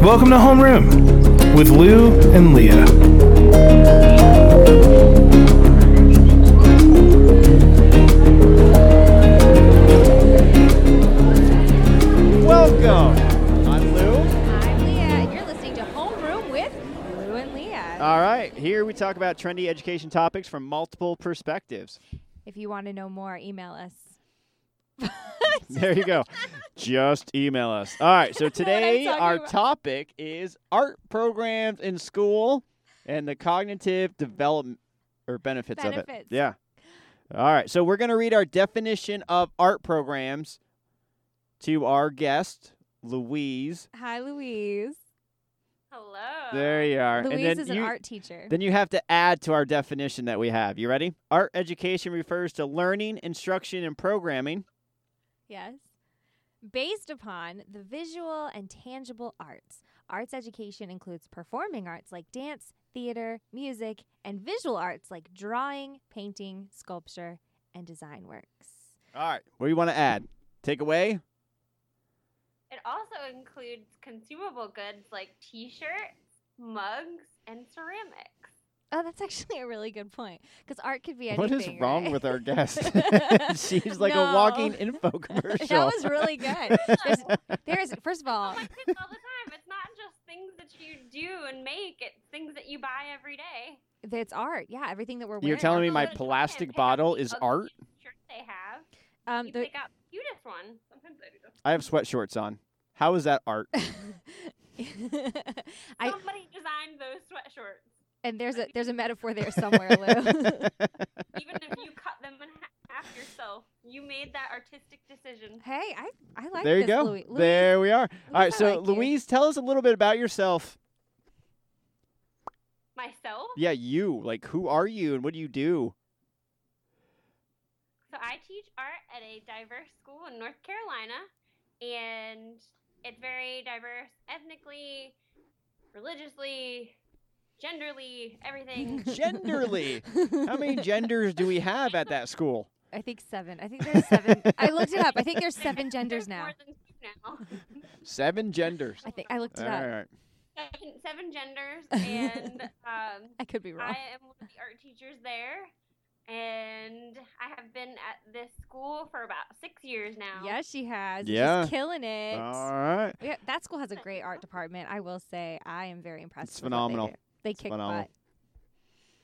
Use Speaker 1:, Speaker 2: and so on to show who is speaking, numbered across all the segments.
Speaker 1: Welcome to Homeroom with Lou and Leah.
Speaker 2: Welcome. I'm Lou.
Speaker 3: I'm Leah, and uh, you're listening to Homeroom with Lou and Leah.
Speaker 2: All right, here we talk about trendy education topics from multiple perspectives.
Speaker 3: If you want to know more, email us.
Speaker 2: There you go. Just email us. All right, so
Speaker 3: know what I'm
Speaker 2: today
Speaker 3: talking
Speaker 2: our
Speaker 3: about.
Speaker 2: topic is art programs in school and the cognitive development or benefits, of it.
Speaker 3: Benefits.
Speaker 2: Yeah. All right, so we're going to read our definition of art programs to our guest, Louise.
Speaker 3: Hi, Louise.
Speaker 4: Hello.
Speaker 2: There you are. and
Speaker 3: Louise
Speaker 2: then
Speaker 3: is an
Speaker 2: you,
Speaker 3: art teacher.
Speaker 2: Then you have to add to our definition that we have. You ready? Art education refers to learning, instruction, and programming.
Speaker 3: yes. Based upon the visual and tangible arts, arts education includes performing arts like dance, theater, music, and visual arts like drawing, painting, sculpture, and design works.
Speaker 2: All right. What do you want to add? Take away?
Speaker 4: It also includes consumable goods like t-shirts, mugs, and ceramics.
Speaker 3: Oh, that's actually a really good point. Because art could be anything.
Speaker 2: what is wrong
Speaker 3: right?
Speaker 2: with our guest? She's like a
Speaker 3: No.
Speaker 2: walking infomercial.
Speaker 3: That was really good. There's, there's first of all,
Speaker 4: I'm like this all the time. It's not just things that you do and make; it's things that you buy every day.
Speaker 3: it's art. Yeah, everything that we're wearing.
Speaker 2: You're telling me
Speaker 4: So
Speaker 2: my
Speaker 4: go to China and
Speaker 2: plastic
Speaker 4: pick up
Speaker 2: bottle
Speaker 4: the
Speaker 2: is art?
Speaker 4: ugliest Shirt they have.
Speaker 3: Um,
Speaker 4: You
Speaker 3: the-
Speaker 4: pick out the cutest one. Sometimes I do. this.
Speaker 2: I have sweat shorts on. How is that art?
Speaker 3: I-
Speaker 4: Somebody designed those sweatshorts.
Speaker 3: and there's a there's a metaphor there somewhere, Lou.
Speaker 4: Even if you cut them in half yourself, you made that artistic decision.
Speaker 3: hey, I I like
Speaker 2: there you
Speaker 3: this,
Speaker 2: go.
Speaker 3: Louis. Louis,
Speaker 2: There we are. All right.
Speaker 3: I
Speaker 2: So,
Speaker 3: like you.
Speaker 2: Louise, tell us a little bit about yourself.
Speaker 4: Myself.
Speaker 2: Yeah, you. Like, who are you and what do you do?
Speaker 4: So I teach art at a diverse school in North Carolina, and it's very diverse ethnically, religiously, genderly, everything.
Speaker 2: Genderly. How many genders do we have at that school?
Speaker 3: I think seven. I think there's seven. I looked it up. I think there's seven genders
Speaker 4: There's
Speaker 3: now.
Speaker 4: More than two now.
Speaker 2: Seven genders.
Speaker 3: I think I looked it
Speaker 2: All
Speaker 3: up.
Speaker 2: right.
Speaker 4: Seven, seven genders, and um,
Speaker 3: I could be wrong.
Speaker 4: I am one of the art teachers there, and I have been at this school for about six years now.
Speaker 3: Yes, she has.
Speaker 2: Yeah.
Speaker 3: She's killing it.
Speaker 2: All right.
Speaker 3: Yeah, that school has a great art department. I will say, I am very impressed.
Speaker 2: It's
Speaker 3: with what they
Speaker 2: phenomenal.
Speaker 3: do. They, kick
Speaker 2: phenomenal.
Speaker 3: butt.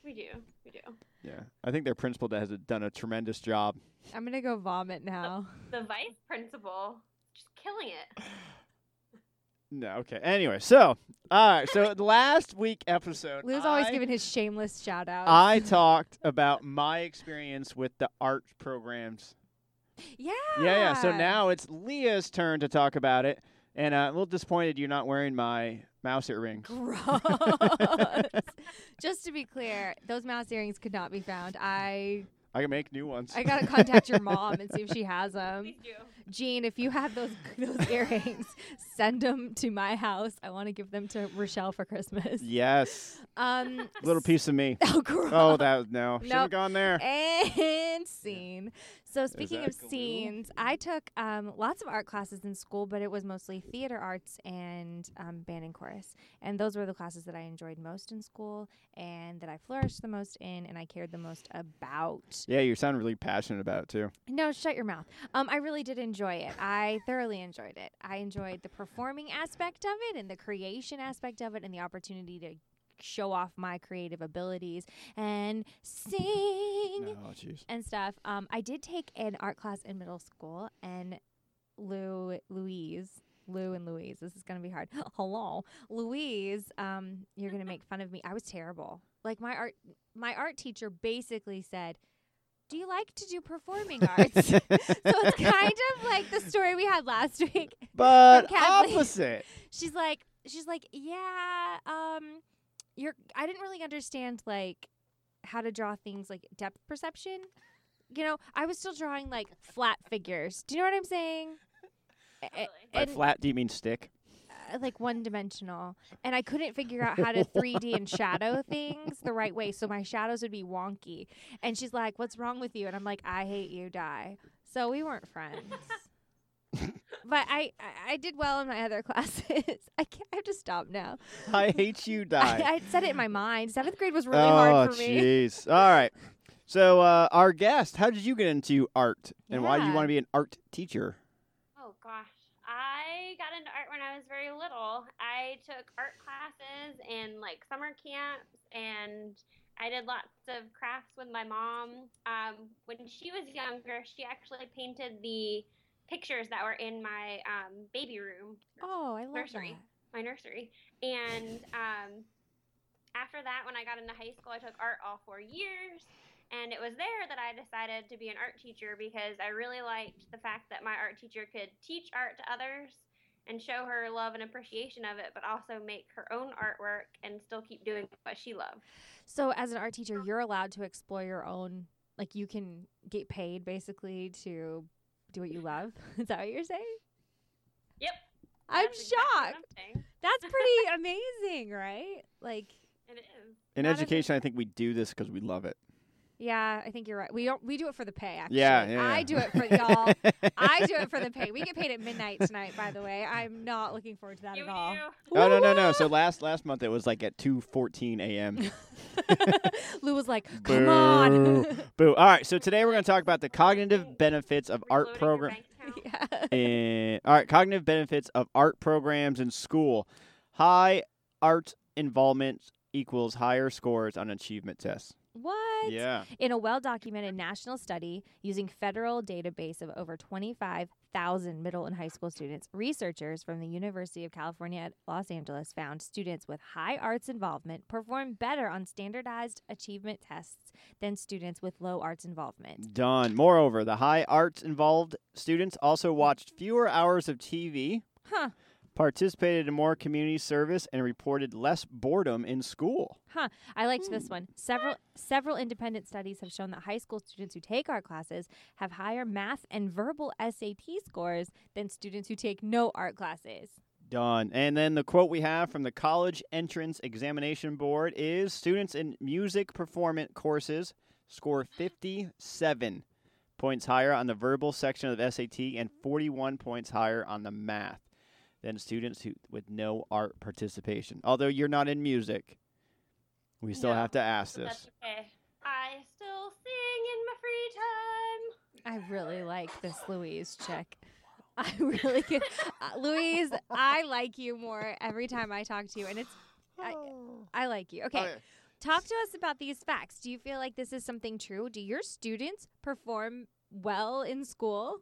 Speaker 4: we do, we do.
Speaker 2: Yeah. I think their principal has done a tremendous job.
Speaker 3: I'm gonna go vomit now.
Speaker 4: The vice principal just killing it.
Speaker 2: No, okay. Anyway, so, all right. So, the last week episode,
Speaker 3: Lou's always
Speaker 2: I-
Speaker 3: giving his shameless shout out.
Speaker 2: I talked about my experience with the art programs.
Speaker 3: yeah.
Speaker 2: Yeah, yeah. So now it's Leah's turn to talk about it. And uh, I'm a little disappointed you're not wearing my mouse earring.
Speaker 3: Gross. Just to be clear, those mouse earrings could not be found. I
Speaker 2: I can make new ones.
Speaker 3: I gotta contact your mom and see if she has them.
Speaker 4: Please do.
Speaker 3: Jean, if you have those those earrings, send them to my house. I want to give them to Rochelle for Christmas.
Speaker 2: yes.
Speaker 3: Um,
Speaker 2: Little piece of me.
Speaker 3: Oh, gross.
Speaker 2: Oh, that was no. Should have
Speaker 3: Nope.
Speaker 2: gone there.
Speaker 3: and scene. So speaking
Speaker 2: that
Speaker 3: of
Speaker 2: glue?
Speaker 3: scenes, I took um, lots of art classes in school, but it was mostly theater arts and um, band and chorus, and those were the classes that I enjoyed most in school and that I flourished the most in, and I cared the most about.
Speaker 2: Yeah, you sound really passionate about it too.
Speaker 3: No, shut your mouth. Um, I really did enjoy it. I thoroughly enjoyed it. I enjoyed the performing aspect of it and the creation aspect of it and the opportunity to show off my creative abilities and sing
Speaker 2: Oh, jeez.
Speaker 3: and stuff. Um, I did take an art class in middle school, and Lou, Louise, Lou and Louise. This is gonna be hard. Hello, Louise. Um, you're gonna make fun of me. I was terrible. Like my art, my art teacher basically said. Do you like to do performing arts? so it's kind of like the story we had last week.
Speaker 2: But
Speaker 3: Kathleen.
Speaker 2: opposite.
Speaker 3: She's like, she's like, yeah, um, you're. I didn't really understand like how to draw things like depth perception. You know, I was still drawing like flat figures. Do you know what I'm saying? A- a-
Speaker 4: Totally.
Speaker 2: By
Speaker 3: And
Speaker 2: flat, do you mean stick?
Speaker 3: uh, like one dimensional, and I couldn't figure out how to 3D and shadow things the right way. So my shadows would be wonky. And she's like, "What's wrong with you?" And I'm like, "I hate you. Die." So we weren't friends. but I, I I did well in my other classes. I can't. I have to stop now.
Speaker 2: I hate you, die.
Speaker 3: I, I said it in my mind. Seventh grade was really
Speaker 2: oh,
Speaker 3: hard for me.
Speaker 2: jeez. All right. So, uh, our guest, how did you get into art, and why do you
Speaker 3: Yeah.
Speaker 2: want to be an art teacher?
Speaker 4: Oh gosh, I got into art when I was very little. I took art classes and like summer camps, and I did lots of crafts with my mom. Um, when she was younger, she actually painted the pictures that were in my um, baby room,
Speaker 3: Oh, I love
Speaker 4: Nursery.
Speaker 3: that.
Speaker 4: my nursery. And um, after that, when I got into high school, I took art all four years. And it was there that I decided to be an art teacher because I really liked the fact that my art teacher could teach art to others and show her love and appreciation of it, but also make her own artwork and still keep doing what she loved.
Speaker 3: So, as an art teacher, you're allowed to explore your own. Like, you can get paid basically to do what you love. Is that what you're saying?
Speaker 4: Yep.
Speaker 3: I'm
Speaker 4: That's exactly what I'm
Speaker 3: shocked.
Speaker 4: saying.
Speaker 3: That's pretty amazing, right? Like,
Speaker 4: It is.
Speaker 2: In
Speaker 3: Not as a-
Speaker 2: education, I think we do this because we love it.
Speaker 3: yeah, I think you're right. We don't. We do it for the pay. Actually,
Speaker 2: Yeah, yeah,
Speaker 3: I
Speaker 2: yeah.
Speaker 3: do it for y'all. I do it for the pay. We get paid at midnight tonight, by the way. I'm not looking forward to that
Speaker 4: You
Speaker 3: at all.
Speaker 4: do.
Speaker 2: Oh no no no! So last last month it was like at two fourteen a.m.
Speaker 3: Lou was like, "Come on."
Speaker 2: Boo. Boo! All right, so today we're going to talk about the cognitive benefits of art
Speaker 4: Loading your
Speaker 2: program.
Speaker 4: bank account.
Speaker 3: yeah.
Speaker 2: and Eh, all right, cognitive benefits of art programs in school. High art involvement equals higher scores on achievement tests.
Speaker 3: What?
Speaker 2: Yeah.
Speaker 3: In a well documented national study using federal database of over 25,000 middle and high school students, researchers from the University of California at Los Angeles found students with high arts involvement perform better on standardized achievement tests than students with low arts involvement.
Speaker 2: Done. Moreover, the high arts involved students also watched fewer hours of TV,
Speaker 3: Huh.
Speaker 2: participated in more community service, and reported less boredom in school.
Speaker 3: Huh. I liked this one. Several several independent studies have shown that high school students who take art classes have higher math and verbal SAT scores than students who take no art classes.
Speaker 2: Done. And then the quote we have from the College Entrance Examination Board is students in music performance courses score 57 points higher on the verbal section of the SAT and 41 points higher on the math than students who, with no art participation. Although you're not in music, we still
Speaker 4: No,
Speaker 2: have to ask
Speaker 4: But
Speaker 2: this.
Speaker 4: That's okay. I still sing in my free time.
Speaker 3: I really like this Louise chick. I really could. Uh, Louise, I like you more every time I talk to you, and it's I, I like you. Okay, talk to us about these facts. Do you feel like this is something true? Do your students perform well in school?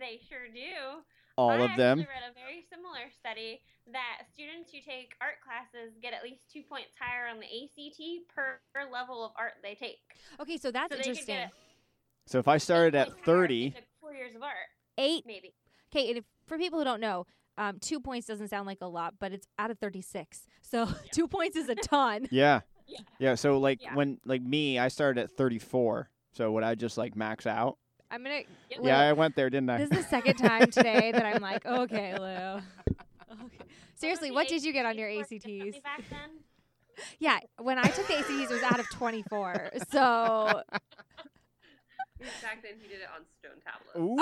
Speaker 4: They sure do.
Speaker 2: All
Speaker 4: I
Speaker 2: of them.
Speaker 4: actually read a very similar study that students who take art classes get at least two points higher on the ACT per per level of art they take.
Speaker 3: Okay, so that's
Speaker 4: So they could
Speaker 3: interesting.
Speaker 4: get
Speaker 2: So if I started
Speaker 4: Eight
Speaker 2: at
Speaker 4: points higher if
Speaker 2: 30,
Speaker 4: they took Four years of art,
Speaker 3: Eight.
Speaker 4: maybe.
Speaker 3: Okay, and if, for people who don't know, um, two points doesn't sound like a lot, but it's out of thirty-six, so two points is a ton.
Speaker 2: yeah.
Speaker 4: Yeah.
Speaker 2: Yeah, so like
Speaker 4: Yeah.
Speaker 2: when like me, I started at 34. So would I just like max out?
Speaker 3: I'm gonna.
Speaker 4: Yep.
Speaker 3: Lou,
Speaker 2: Yeah, I went there, didn't I?
Speaker 3: This is the second time today that I'm like, okay, Lou. Okay. Seriously,
Speaker 4: Although
Speaker 3: what
Speaker 4: the
Speaker 3: did you get on your
Speaker 4: ACTs were differently
Speaker 3: ACTs?
Speaker 4: Back then.
Speaker 3: Yeah, when I took the ACTs, it was out of 24. So,
Speaker 5: Back then, he did it on stone tablets.
Speaker 2: Ooh.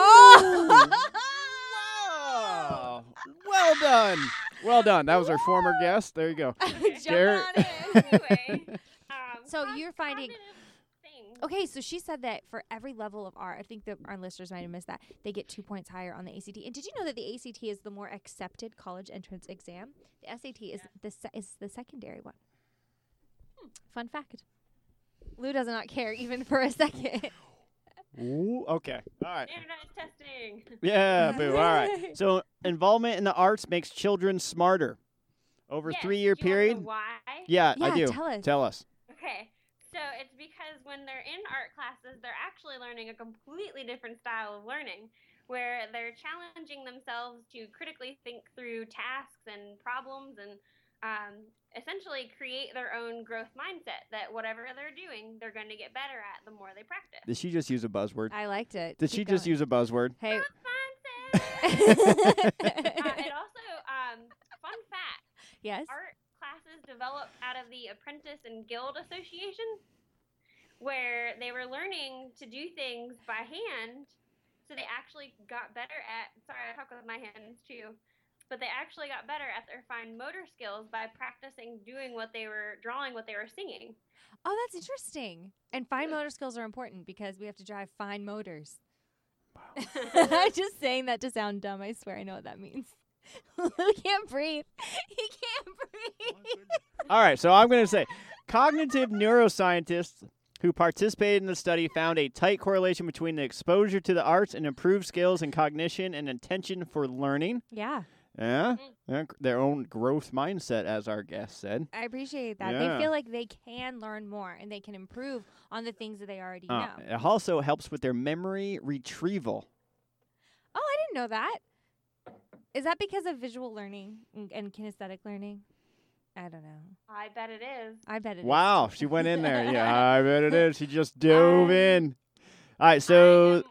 Speaker 3: oh,
Speaker 2: Wow. Well done. Well done. That was our former guest. There you go.
Speaker 3: Jumping on it.
Speaker 4: Anyway, um,
Speaker 3: So
Speaker 4: cog-
Speaker 3: you're finding-
Speaker 4: cognitive things.
Speaker 3: Okay, so she said that for every level of art, I think that our listeners might have missed that they get two points higher on the ACT. And did you know that the ACT is the more accepted college entrance exam? The SAT is the se- is the secondary one. Hmm. Fun fact. Lou does not care even for a second.
Speaker 2: Ooh, okay. All right.
Speaker 4: Standardized testing.
Speaker 2: Yeah, boo. All right. So involvement in the arts makes children smarter. Over
Speaker 4: Yes,
Speaker 2: three year
Speaker 4: do you wanna know
Speaker 2: period.
Speaker 4: Why?
Speaker 2: Yeah, I
Speaker 3: Yeah,
Speaker 2: do.
Speaker 3: tell us.
Speaker 4: Okay. So it's because when they're in art classes, they're actually learning a completely different style of learning where they're challenging themselves to critically think through tasks and problems and um, essentially create their own growth mindset that whatever they're doing, they're going to get better at the more they practice.
Speaker 2: Did she just use a buzzword?
Speaker 3: I liked it.
Speaker 2: Did she just use a buzzword?
Speaker 3: Hey.
Speaker 4: Growth mindset! uh, it also, um, fun fact
Speaker 3: yes.
Speaker 4: art classes developed out of the Apprentice and Guild Association, where they were learning to do things by hand So they actually got better at, sorry, I talk with my hands too, but they actually got better at their fine motor skills by practicing doing what they were, drawing what they were singing.
Speaker 3: Oh, that's interesting. And fine motor skills are important because we have to drive fine motors. I'm just saying that to sound dumb. I swear I know what that means. Lou can't breathe. He can't breathe.
Speaker 2: All right, so I'm going to say cognitive neuroscientists who participated in the study found a tight correlation between the exposure to the arts and improved skills in cognition and attention for learning.
Speaker 3: Yeah,
Speaker 2: Yeah.
Speaker 3: Mm-hmm.
Speaker 2: yeah, Their own growth mindset, as our guest said.
Speaker 3: I appreciate that.
Speaker 2: Yeah.
Speaker 3: They feel like they can learn more and they can improve on the things that they already
Speaker 2: Uh,
Speaker 3: know.
Speaker 2: it also helps with their memory retrieval.
Speaker 3: Oh, I didn't know that. Is that because of visual learning and, and kinesthetic learning? I don't know.
Speaker 4: I bet it is.
Speaker 3: I bet it is.
Speaker 2: Wow, she went in there. Yeah, I bet it is. She just dove
Speaker 3: I-
Speaker 2: in. All right, so
Speaker 4: I am 100%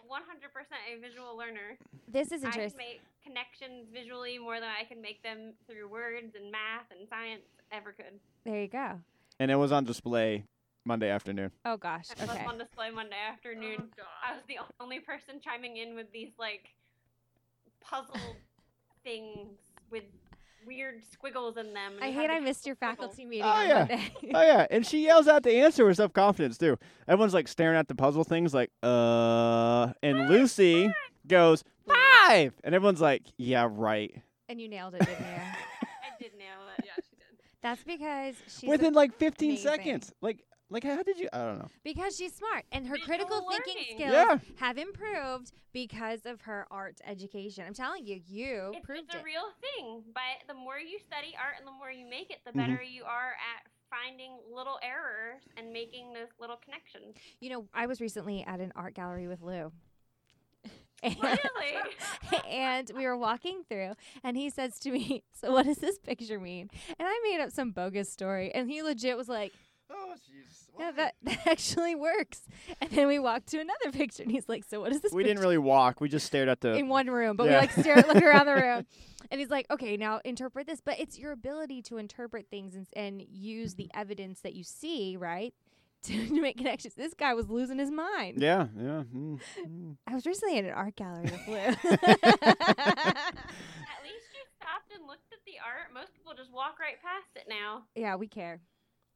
Speaker 4: a visual learner.
Speaker 3: This is
Speaker 4: I can
Speaker 3: interesting.
Speaker 4: make connections visually more than I can make them through words and math and science ever could.
Speaker 3: There you go.
Speaker 2: and it was on display Monday afternoon.
Speaker 3: Oh gosh.
Speaker 4: It was
Speaker 3: Okay.
Speaker 4: on display Monday afternoon.
Speaker 5: Oh,
Speaker 4: I
Speaker 5: God.
Speaker 4: was the only person chiming in with these like puzzle things with weird squiggles in them. and
Speaker 3: I
Speaker 4: you had
Speaker 3: hate
Speaker 4: to
Speaker 3: I
Speaker 4: count
Speaker 3: missed
Speaker 4: the
Speaker 3: your
Speaker 4: squiggles.
Speaker 3: faculty meeting.
Speaker 2: Oh,
Speaker 3: on
Speaker 2: yeah.
Speaker 3: Monday.
Speaker 2: oh yeah, and she yells out the answer with self confidence too. Everyone's like staring at the puzzle things, like uh, and Lucy goes five, and everyone's like, yeah, right.
Speaker 3: And you nailed it, didn't you?
Speaker 4: I did nail it.
Speaker 5: Yeah, she did.
Speaker 3: That's because she's a-
Speaker 2: Within like 15
Speaker 3: amazing.
Speaker 2: seconds, like like how did you? I don't know.
Speaker 3: because she's smart and her
Speaker 4: Visual
Speaker 3: critical thinking
Speaker 4: learning.
Speaker 3: skills
Speaker 2: Yeah.
Speaker 3: have improved because of her art education. I'm telling you, you
Speaker 4: It's,
Speaker 3: Oh, proved
Speaker 4: it's a
Speaker 3: it.
Speaker 4: real thing. But the more you study art and the more you make it,
Speaker 3: Mm-hmm.
Speaker 4: the better you are at finding little errors and making those little connections.
Speaker 3: you know, I was recently at an art gallery with Lou.
Speaker 4: Really?
Speaker 3: and we were walking through and he says to me so what does this picture mean and i made up some bogus story and he legit was like
Speaker 2: Oh jeez.
Speaker 3: yeah that, that actually works and then we walked to another picture and he's like so what is this
Speaker 2: We
Speaker 3: picture
Speaker 2: didn't really walk. We just stared at the.
Speaker 3: in one room, but we
Speaker 2: Yeah.
Speaker 3: like stare look around the room, and he's like, "Okay, now interpret this." But it's your ability to interpret things and, and use
Speaker 2: Mm-hmm.
Speaker 3: the evidence that you see, right, to, to make connections. This guy was losing his mind.
Speaker 2: yeah, yeah. mm, mm.
Speaker 3: I was recently at an art gallery with Lou.
Speaker 4: At least you stopped and looked at the art. Most people just walk right past it now.
Speaker 3: yeah, we care.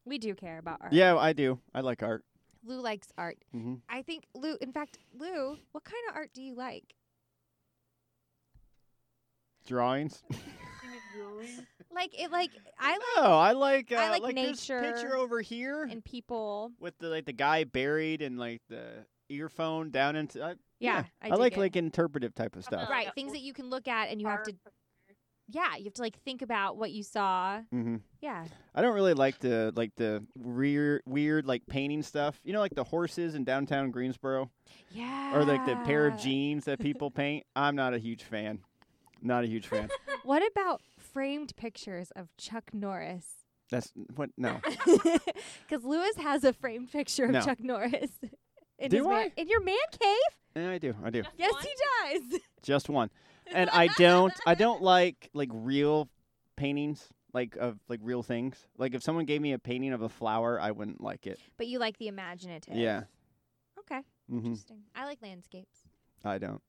Speaker 3: We do care about art.
Speaker 2: Yeah, I do. I like art.
Speaker 3: Lou likes art.
Speaker 2: hmm
Speaker 3: I think Lou. In fact, Lou, what kind of art do you like?
Speaker 2: Drawings.
Speaker 3: Like it, like I like
Speaker 2: No, I like. Uh,
Speaker 3: I like
Speaker 2: this
Speaker 3: nature
Speaker 2: picture over here
Speaker 3: and people.
Speaker 2: with the like the guy buried and like the earphone down into. I,
Speaker 3: Yeah,
Speaker 2: yeah,
Speaker 3: I,
Speaker 2: I,
Speaker 3: dig
Speaker 2: like
Speaker 3: it.
Speaker 2: like interpretive type of stuff.
Speaker 3: right
Speaker 4: Yeah.
Speaker 3: things that you can look at and you have
Speaker 4: Art
Speaker 3: to yeah you have to like think about what you saw
Speaker 2: hmm
Speaker 3: yeah
Speaker 2: I don't really like the like the weird weird like painting stuff. You know, like the horses in downtown Greensboro,
Speaker 3: yeah
Speaker 2: or like the pair
Speaker 3: Ah.
Speaker 2: of jeans that people paint. I'm not a huge fan. Not a huge fan.
Speaker 3: what about framed pictures of chuck norris
Speaker 2: That's what. No.
Speaker 3: because lewis has a framed picture of
Speaker 2: No.
Speaker 3: chuck norris in,
Speaker 2: Do
Speaker 3: his man-
Speaker 2: I?
Speaker 3: in your man cave
Speaker 2: Yeah, Eh, I do. I do.
Speaker 4: Just
Speaker 3: yes
Speaker 4: one?
Speaker 3: he does
Speaker 2: Just one. And I don't. I don't like like real paintings. Like of like real things. Like if someone gave me a painting of a flower, I wouldn't like it.
Speaker 3: but you like the imaginative
Speaker 2: Yeah.
Speaker 3: okay
Speaker 2: hmm
Speaker 3: interesting i like landscapes
Speaker 2: I don't.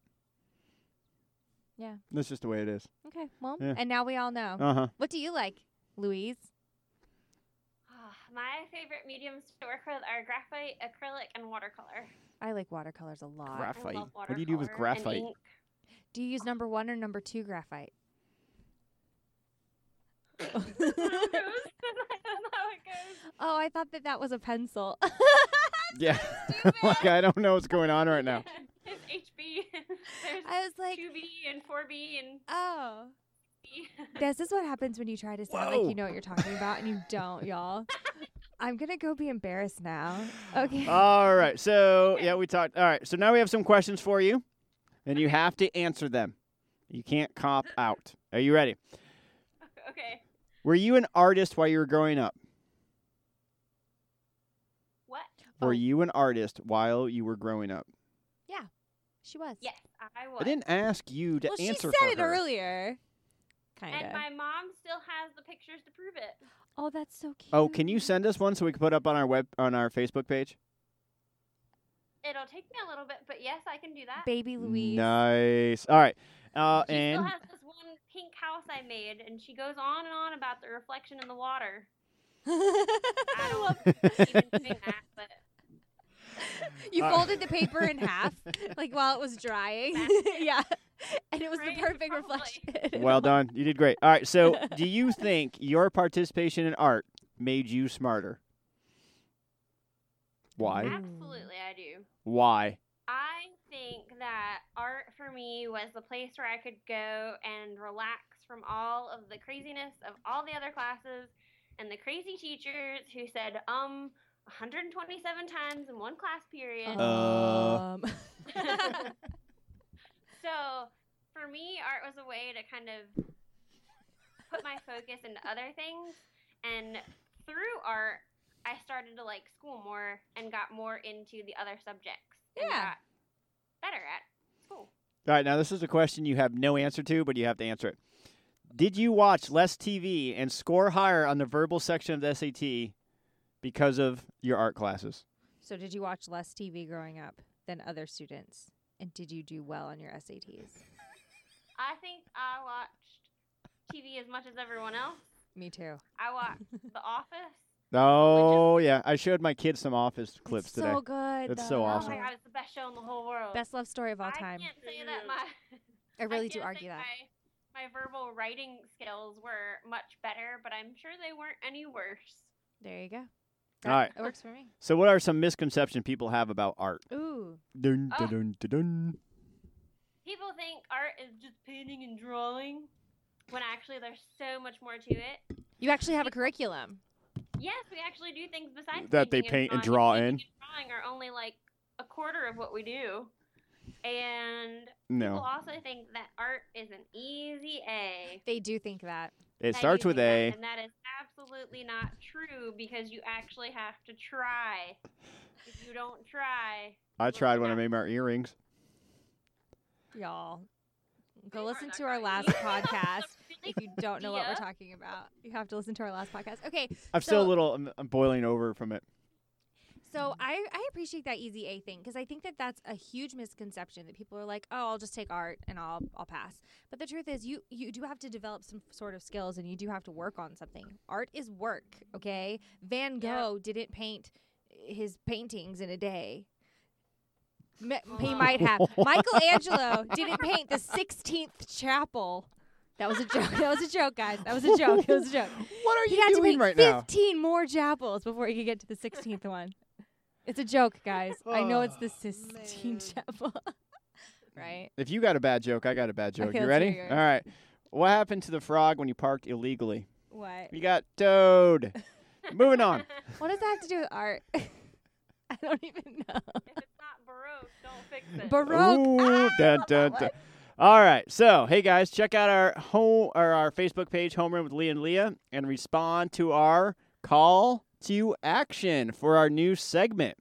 Speaker 3: Yeah. Oh.
Speaker 2: That's just the way it is.
Speaker 3: okay well
Speaker 2: Yeah.
Speaker 3: and now we all know
Speaker 2: Uh huh.
Speaker 3: what do you like louise
Speaker 4: Ah, my favorite mediums to work with are graphite, acrylic, and watercolor.
Speaker 3: i like watercolors a lot
Speaker 4: I
Speaker 2: Graphite.
Speaker 4: love
Speaker 2: What do you do with
Speaker 4: watercolor and
Speaker 2: graphite?
Speaker 4: ink.
Speaker 3: do you use number one or number two graphite
Speaker 4: That's how it goes. That's how it goes.
Speaker 3: Oh, I thought that that was a pencil.
Speaker 2: Yeah. like I don't know what's going on right now.
Speaker 4: It's HB. There's
Speaker 3: I was like,
Speaker 4: 2B and 4B and
Speaker 3: oh,
Speaker 4: B.
Speaker 3: this is what happens when you try to sound like
Speaker 2: Whoa.
Speaker 3: you know what you're talking about and you don't, y'all. I'm gonna go be embarrassed now. Okay.
Speaker 2: All right. So, yeah, we talked. All right. So now we have some questions for you, and you have to answer them. You can't cop out. Are you ready?
Speaker 4: okay.
Speaker 2: Were you an artist while you were growing up?
Speaker 4: What?
Speaker 3: Oh.
Speaker 2: Were you an artist while you were growing up?
Speaker 3: she was.
Speaker 4: Yes, I was.
Speaker 2: I didn't ask you to
Speaker 3: Well, she
Speaker 2: answer
Speaker 3: said
Speaker 2: for
Speaker 3: it
Speaker 2: her.
Speaker 3: earlier.
Speaker 4: And
Speaker 3: Kinda.
Speaker 4: my mom still has the pictures to prove it.
Speaker 3: Oh, that's so cute.
Speaker 2: Oh, can you send us one so we can put up on our web on our Facebook page?
Speaker 4: it'll take me a little bit, but yes, I can do that.
Speaker 3: Baby Louise.
Speaker 2: Nice. All right. Uh,
Speaker 4: she
Speaker 2: and
Speaker 4: still has this one pink house I made, and she goes on and on about the reflection in the water. I
Speaker 3: I
Speaker 4: don't
Speaker 3: love
Speaker 4: even doing that, but
Speaker 3: You
Speaker 2: Uh,
Speaker 3: folded the paper in half, like while it was drying. yeah. And it was
Speaker 4: Right,
Speaker 3: the perfect
Speaker 4: probably.
Speaker 3: reflection.
Speaker 2: well done. You did great. All right. So, do you think your participation in art made you smarter? Why?
Speaker 4: absolutely I do.
Speaker 2: Why?
Speaker 4: I think that art for me was the place where I could go and relax from all of the craziness of all the other classes and the crazy teachers who said um 127 times in one class period.
Speaker 2: Uh.
Speaker 3: Um,
Speaker 4: so for me, art was a way to kind of put my focus into other things. And through art, I started to like school more and got more into the other subjects. and
Speaker 3: Yeah.
Speaker 4: got better at school.
Speaker 2: All right, now this is a question you have no answer to, but you have to answer it. Did you watch less TV and score higher on the verbal section of the SAT because of your art classes?
Speaker 3: so did you watch less TV growing up than other students? And did you do well on your SATs?
Speaker 4: I think I watched TV as much as everyone else.
Speaker 3: Me too.
Speaker 4: I watched The Office.
Speaker 2: Oh, yeah. I showed my kids some office clips
Speaker 3: it's
Speaker 2: today.
Speaker 3: So good.
Speaker 2: That's so
Speaker 3: though.
Speaker 2: awesome.
Speaker 4: Oh my god, it's the best show in the whole world.
Speaker 3: Best love story of all
Speaker 4: I
Speaker 3: time.
Speaker 4: can't say that my
Speaker 3: I
Speaker 4: I
Speaker 3: really do
Speaker 4: can't
Speaker 3: argue
Speaker 4: say
Speaker 3: that.
Speaker 4: My, my verbal writing skills were much better, but I'm sure they weren't any worse.
Speaker 3: There you go.
Speaker 2: All right.
Speaker 3: It works for me.
Speaker 2: So, what are some misconceptions people have about art?
Speaker 3: Ooh.
Speaker 2: Dun,
Speaker 4: Oh.
Speaker 2: dun, dun, dun, dun.
Speaker 4: People think art is just painting and drawing, when actually there's so much more to it.
Speaker 3: You actually have a curriculum.
Speaker 4: Yes, we actually do things besides
Speaker 2: That they
Speaker 4: painting
Speaker 2: paint and draw
Speaker 4: drawing. Painting and drawing are only like a quarter of what we do, and
Speaker 2: No,
Speaker 4: people also think that art is an easy A.
Speaker 3: They do think that.
Speaker 2: it
Speaker 4: that
Speaker 2: starts
Speaker 4: you
Speaker 2: with
Speaker 4: think
Speaker 2: A.
Speaker 4: that, and that is absolutely not true because you actually have to try. If you don't try,
Speaker 2: I
Speaker 4: look
Speaker 2: tried
Speaker 4: it
Speaker 2: when I
Speaker 4: up.
Speaker 2: made my earrings.
Speaker 3: Y'all. Go
Speaker 5: are
Speaker 3: listen
Speaker 5: that
Speaker 3: to our
Speaker 5: guy.
Speaker 3: last
Speaker 4: You
Speaker 3: podcast.
Speaker 4: really
Speaker 3: If you don't know what we're
Speaker 4: idea.
Speaker 3: talking about, you have to listen to our last podcast. Okay,
Speaker 2: I'm still a
Speaker 3: So-
Speaker 2: little, I'm, I'm boiling over from it.
Speaker 3: so I, I appreciate that easy A thing because I think that that's a huge misconception that people are like, oh, I'll just take art and I'll I'll pass. But the truth is, you you do have to develop some sort of skills and you do have to work on something. Art is work, okay? Van
Speaker 4: Yeah.
Speaker 3: Gogh didn't paint his paintings in a day. M- he
Speaker 4: Wow.
Speaker 3: might have. Michelangelo didn't paint the 16th chapel. That was a joke. That was a joke, guys. That was a joke. It was a joke.
Speaker 2: What are
Speaker 3: He
Speaker 2: you
Speaker 3: had to
Speaker 2: doing
Speaker 3: make
Speaker 2: right now?
Speaker 3: 15 more chapels before he could get to the 16th one. It's a joke, guys. I know it's
Speaker 2: Oh,
Speaker 3: the 16 chapel. right?
Speaker 2: If you got a bad joke, I got a bad joke.
Speaker 3: Okay,
Speaker 2: you
Speaker 3: let's
Speaker 2: ready?
Speaker 3: hear yours.
Speaker 2: All right. What happened to the frog when you parked illegally?
Speaker 3: What?
Speaker 2: You got towed. Moving on.
Speaker 3: What does that have to do with art? I don't even know.
Speaker 4: If it's not baroque, don't fix it.
Speaker 3: Baroque.
Speaker 2: Ooh, dun, dun, dun. All right. So, hey guys, check out our home or our Facebook page, Homeroom with Lee and Leah, and respond to our call to action for our new segment.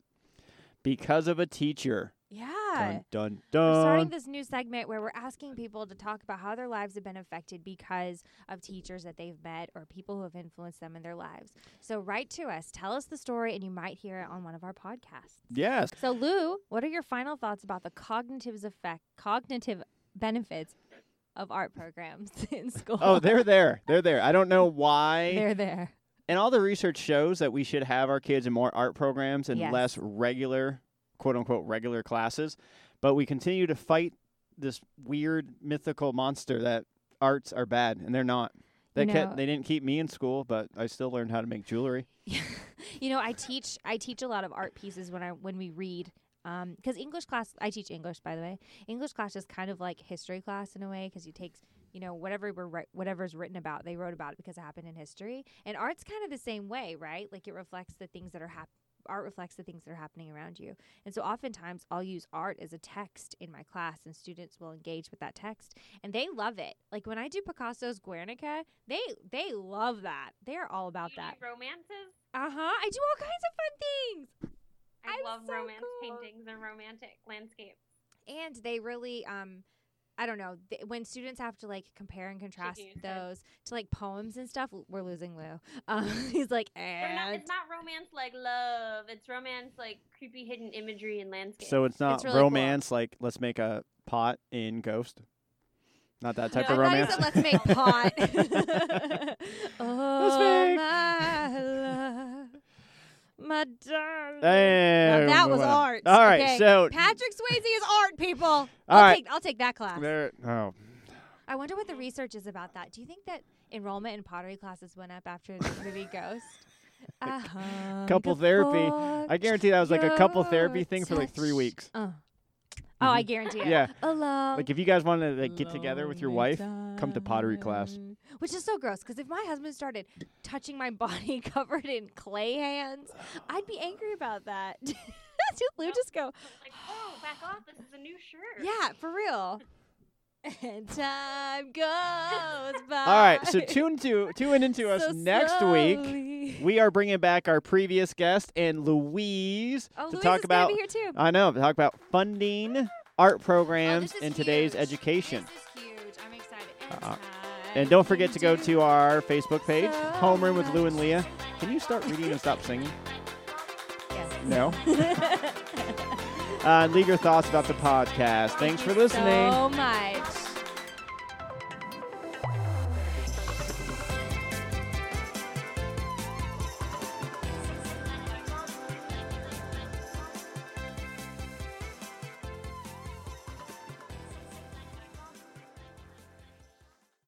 Speaker 2: Because of a teacher.
Speaker 3: Yeah.
Speaker 2: Dun dun
Speaker 3: We're starting
Speaker 2: dun.
Speaker 3: this new segment where we're asking people to talk about how their lives have been affected because of teachers that they've met or people who have influenced them in their lives. So write to us, tell us the story, and you might hear it on one of our podcasts.
Speaker 2: Yes.
Speaker 3: So Lou, what are your final thoughts about the cognitive's effect, cognitive benefits of art programs in school?
Speaker 2: Oh, they're there. They're there. I don't know why.
Speaker 3: they're there.
Speaker 2: And all the research shows that we should have our kids in more art programs and
Speaker 3: Yes.
Speaker 2: less regular, quote unquote, regular classes. But we continue to fight this weird mythical monster that arts are bad, and they're not. They
Speaker 3: You know-
Speaker 2: kept, they didn't keep me in school, but I still learned how to make jewelry.
Speaker 3: you know, I teach I teach a lot of art pieces when I when we read because English class I teach English by the way. English class is kind of like history class in a way because you take you know whatever we're wri- whatever's written about they wrote about it because it happened in history and art's kind of the same way right like it reflects the things that are hap- art reflects the things that are happening around you and so oftentimes i'll use art as a text in my class and students will engage with that text and they love it like when i do picasso's guernica they they love that they're all about
Speaker 4: You do
Speaker 3: that
Speaker 4: romances.
Speaker 3: uh huh. I do all kinds of fun things,
Speaker 4: I
Speaker 3: I'm
Speaker 4: love
Speaker 3: so
Speaker 4: romance
Speaker 3: cool.
Speaker 4: paintings and romantic landscapes.
Speaker 3: and they really um I don't know. Th- when students have to like compare and contrast
Speaker 5: his head.
Speaker 3: those to like poems and stuff, l- we're losing Lou. Um, he's like,
Speaker 4: They're not,
Speaker 3: and
Speaker 4: it's not romance like love. It's romance like creepy hidden imagery and landscape.
Speaker 2: So it's not
Speaker 3: really cool.
Speaker 2: romance like let's make a pot in Ghost. Not that type
Speaker 5: No,
Speaker 2: of
Speaker 5: I thought he
Speaker 2: romance.
Speaker 5: said,
Speaker 3: let's make pot. oh
Speaker 2: make-
Speaker 3: my love, my darling.
Speaker 2: Hey,
Speaker 3: Now that
Speaker 2: we'll
Speaker 3: was
Speaker 2: move on.
Speaker 3: art.
Speaker 2: All right,
Speaker 3: Okay.
Speaker 2: so
Speaker 3: Patrick Swayze is art, people. All I'll
Speaker 2: right.
Speaker 3: take, I'll take that class.
Speaker 2: there. Oh,
Speaker 3: I wonder what the
Speaker 2: Mm-hmm.
Speaker 3: research is about that. Do you think that enrollment in pottery classes went up after the movie Ghost? Um, A
Speaker 2: Couple
Speaker 3: hug
Speaker 2: therapy.
Speaker 3: for
Speaker 2: I guarantee that was like a couple
Speaker 3: your
Speaker 2: therapy thing for like three
Speaker 3: touch.
Speaker 2: weeks. Mm-hmm.
Speaker 3: Oh, oh I guarantee it.
Speaker 2: Yeah,
Speaker 3: Alone.
Speaker 2: like if you guys want to like get together with your wife, come to pottery class.
Speaker 3: Which is so gross because if my husband started touching my body covered in clay hands, I'd be angry about that. Did Lou just go,
Speaker 4: like, oh, back off. This is a new shirt.
Speaker 3: yeah, for real. And time goes by.
Speaker 2: All right, so tune to tune into us
Speaker 3: So
Speaker 2: next week.
Speaker 3: slowly.
Speaker 2: We are bringing back our previous guest and Louise
Speaker 3: Oh,
Speaker 2: to
Speaker 3: Louise
Speaker 2: talk
Speaker 3: is gonna
Speaker 2: about.
Speaker 3: be here too.
Speaker 2: I know to talk about funding art
Speaker 3: Oh,
Speaker 2: programs
Speaker 3: this is
Speaker 2: in today's
Speaker 3: huge.
Speaker 2: education.
Speaker 3: This is huge. I'm excited.
Speaker 2: Uh,
Speaker 3: And,
Speaker 2: And don't forget to go to our Facebook page,
Speaker 3: So
Speaker 2: Homeroom with Lou and
Speaker 3: much.
Speaker 2: Leah. Can you start reading and stop singing? No.
Speaker 3: Yes.
Speaker 2: Uh, leave your thoughts about the podcast. Thanks for
Speaker 3: Thank you
Speaker 2: listening.
Speaker 3: So much.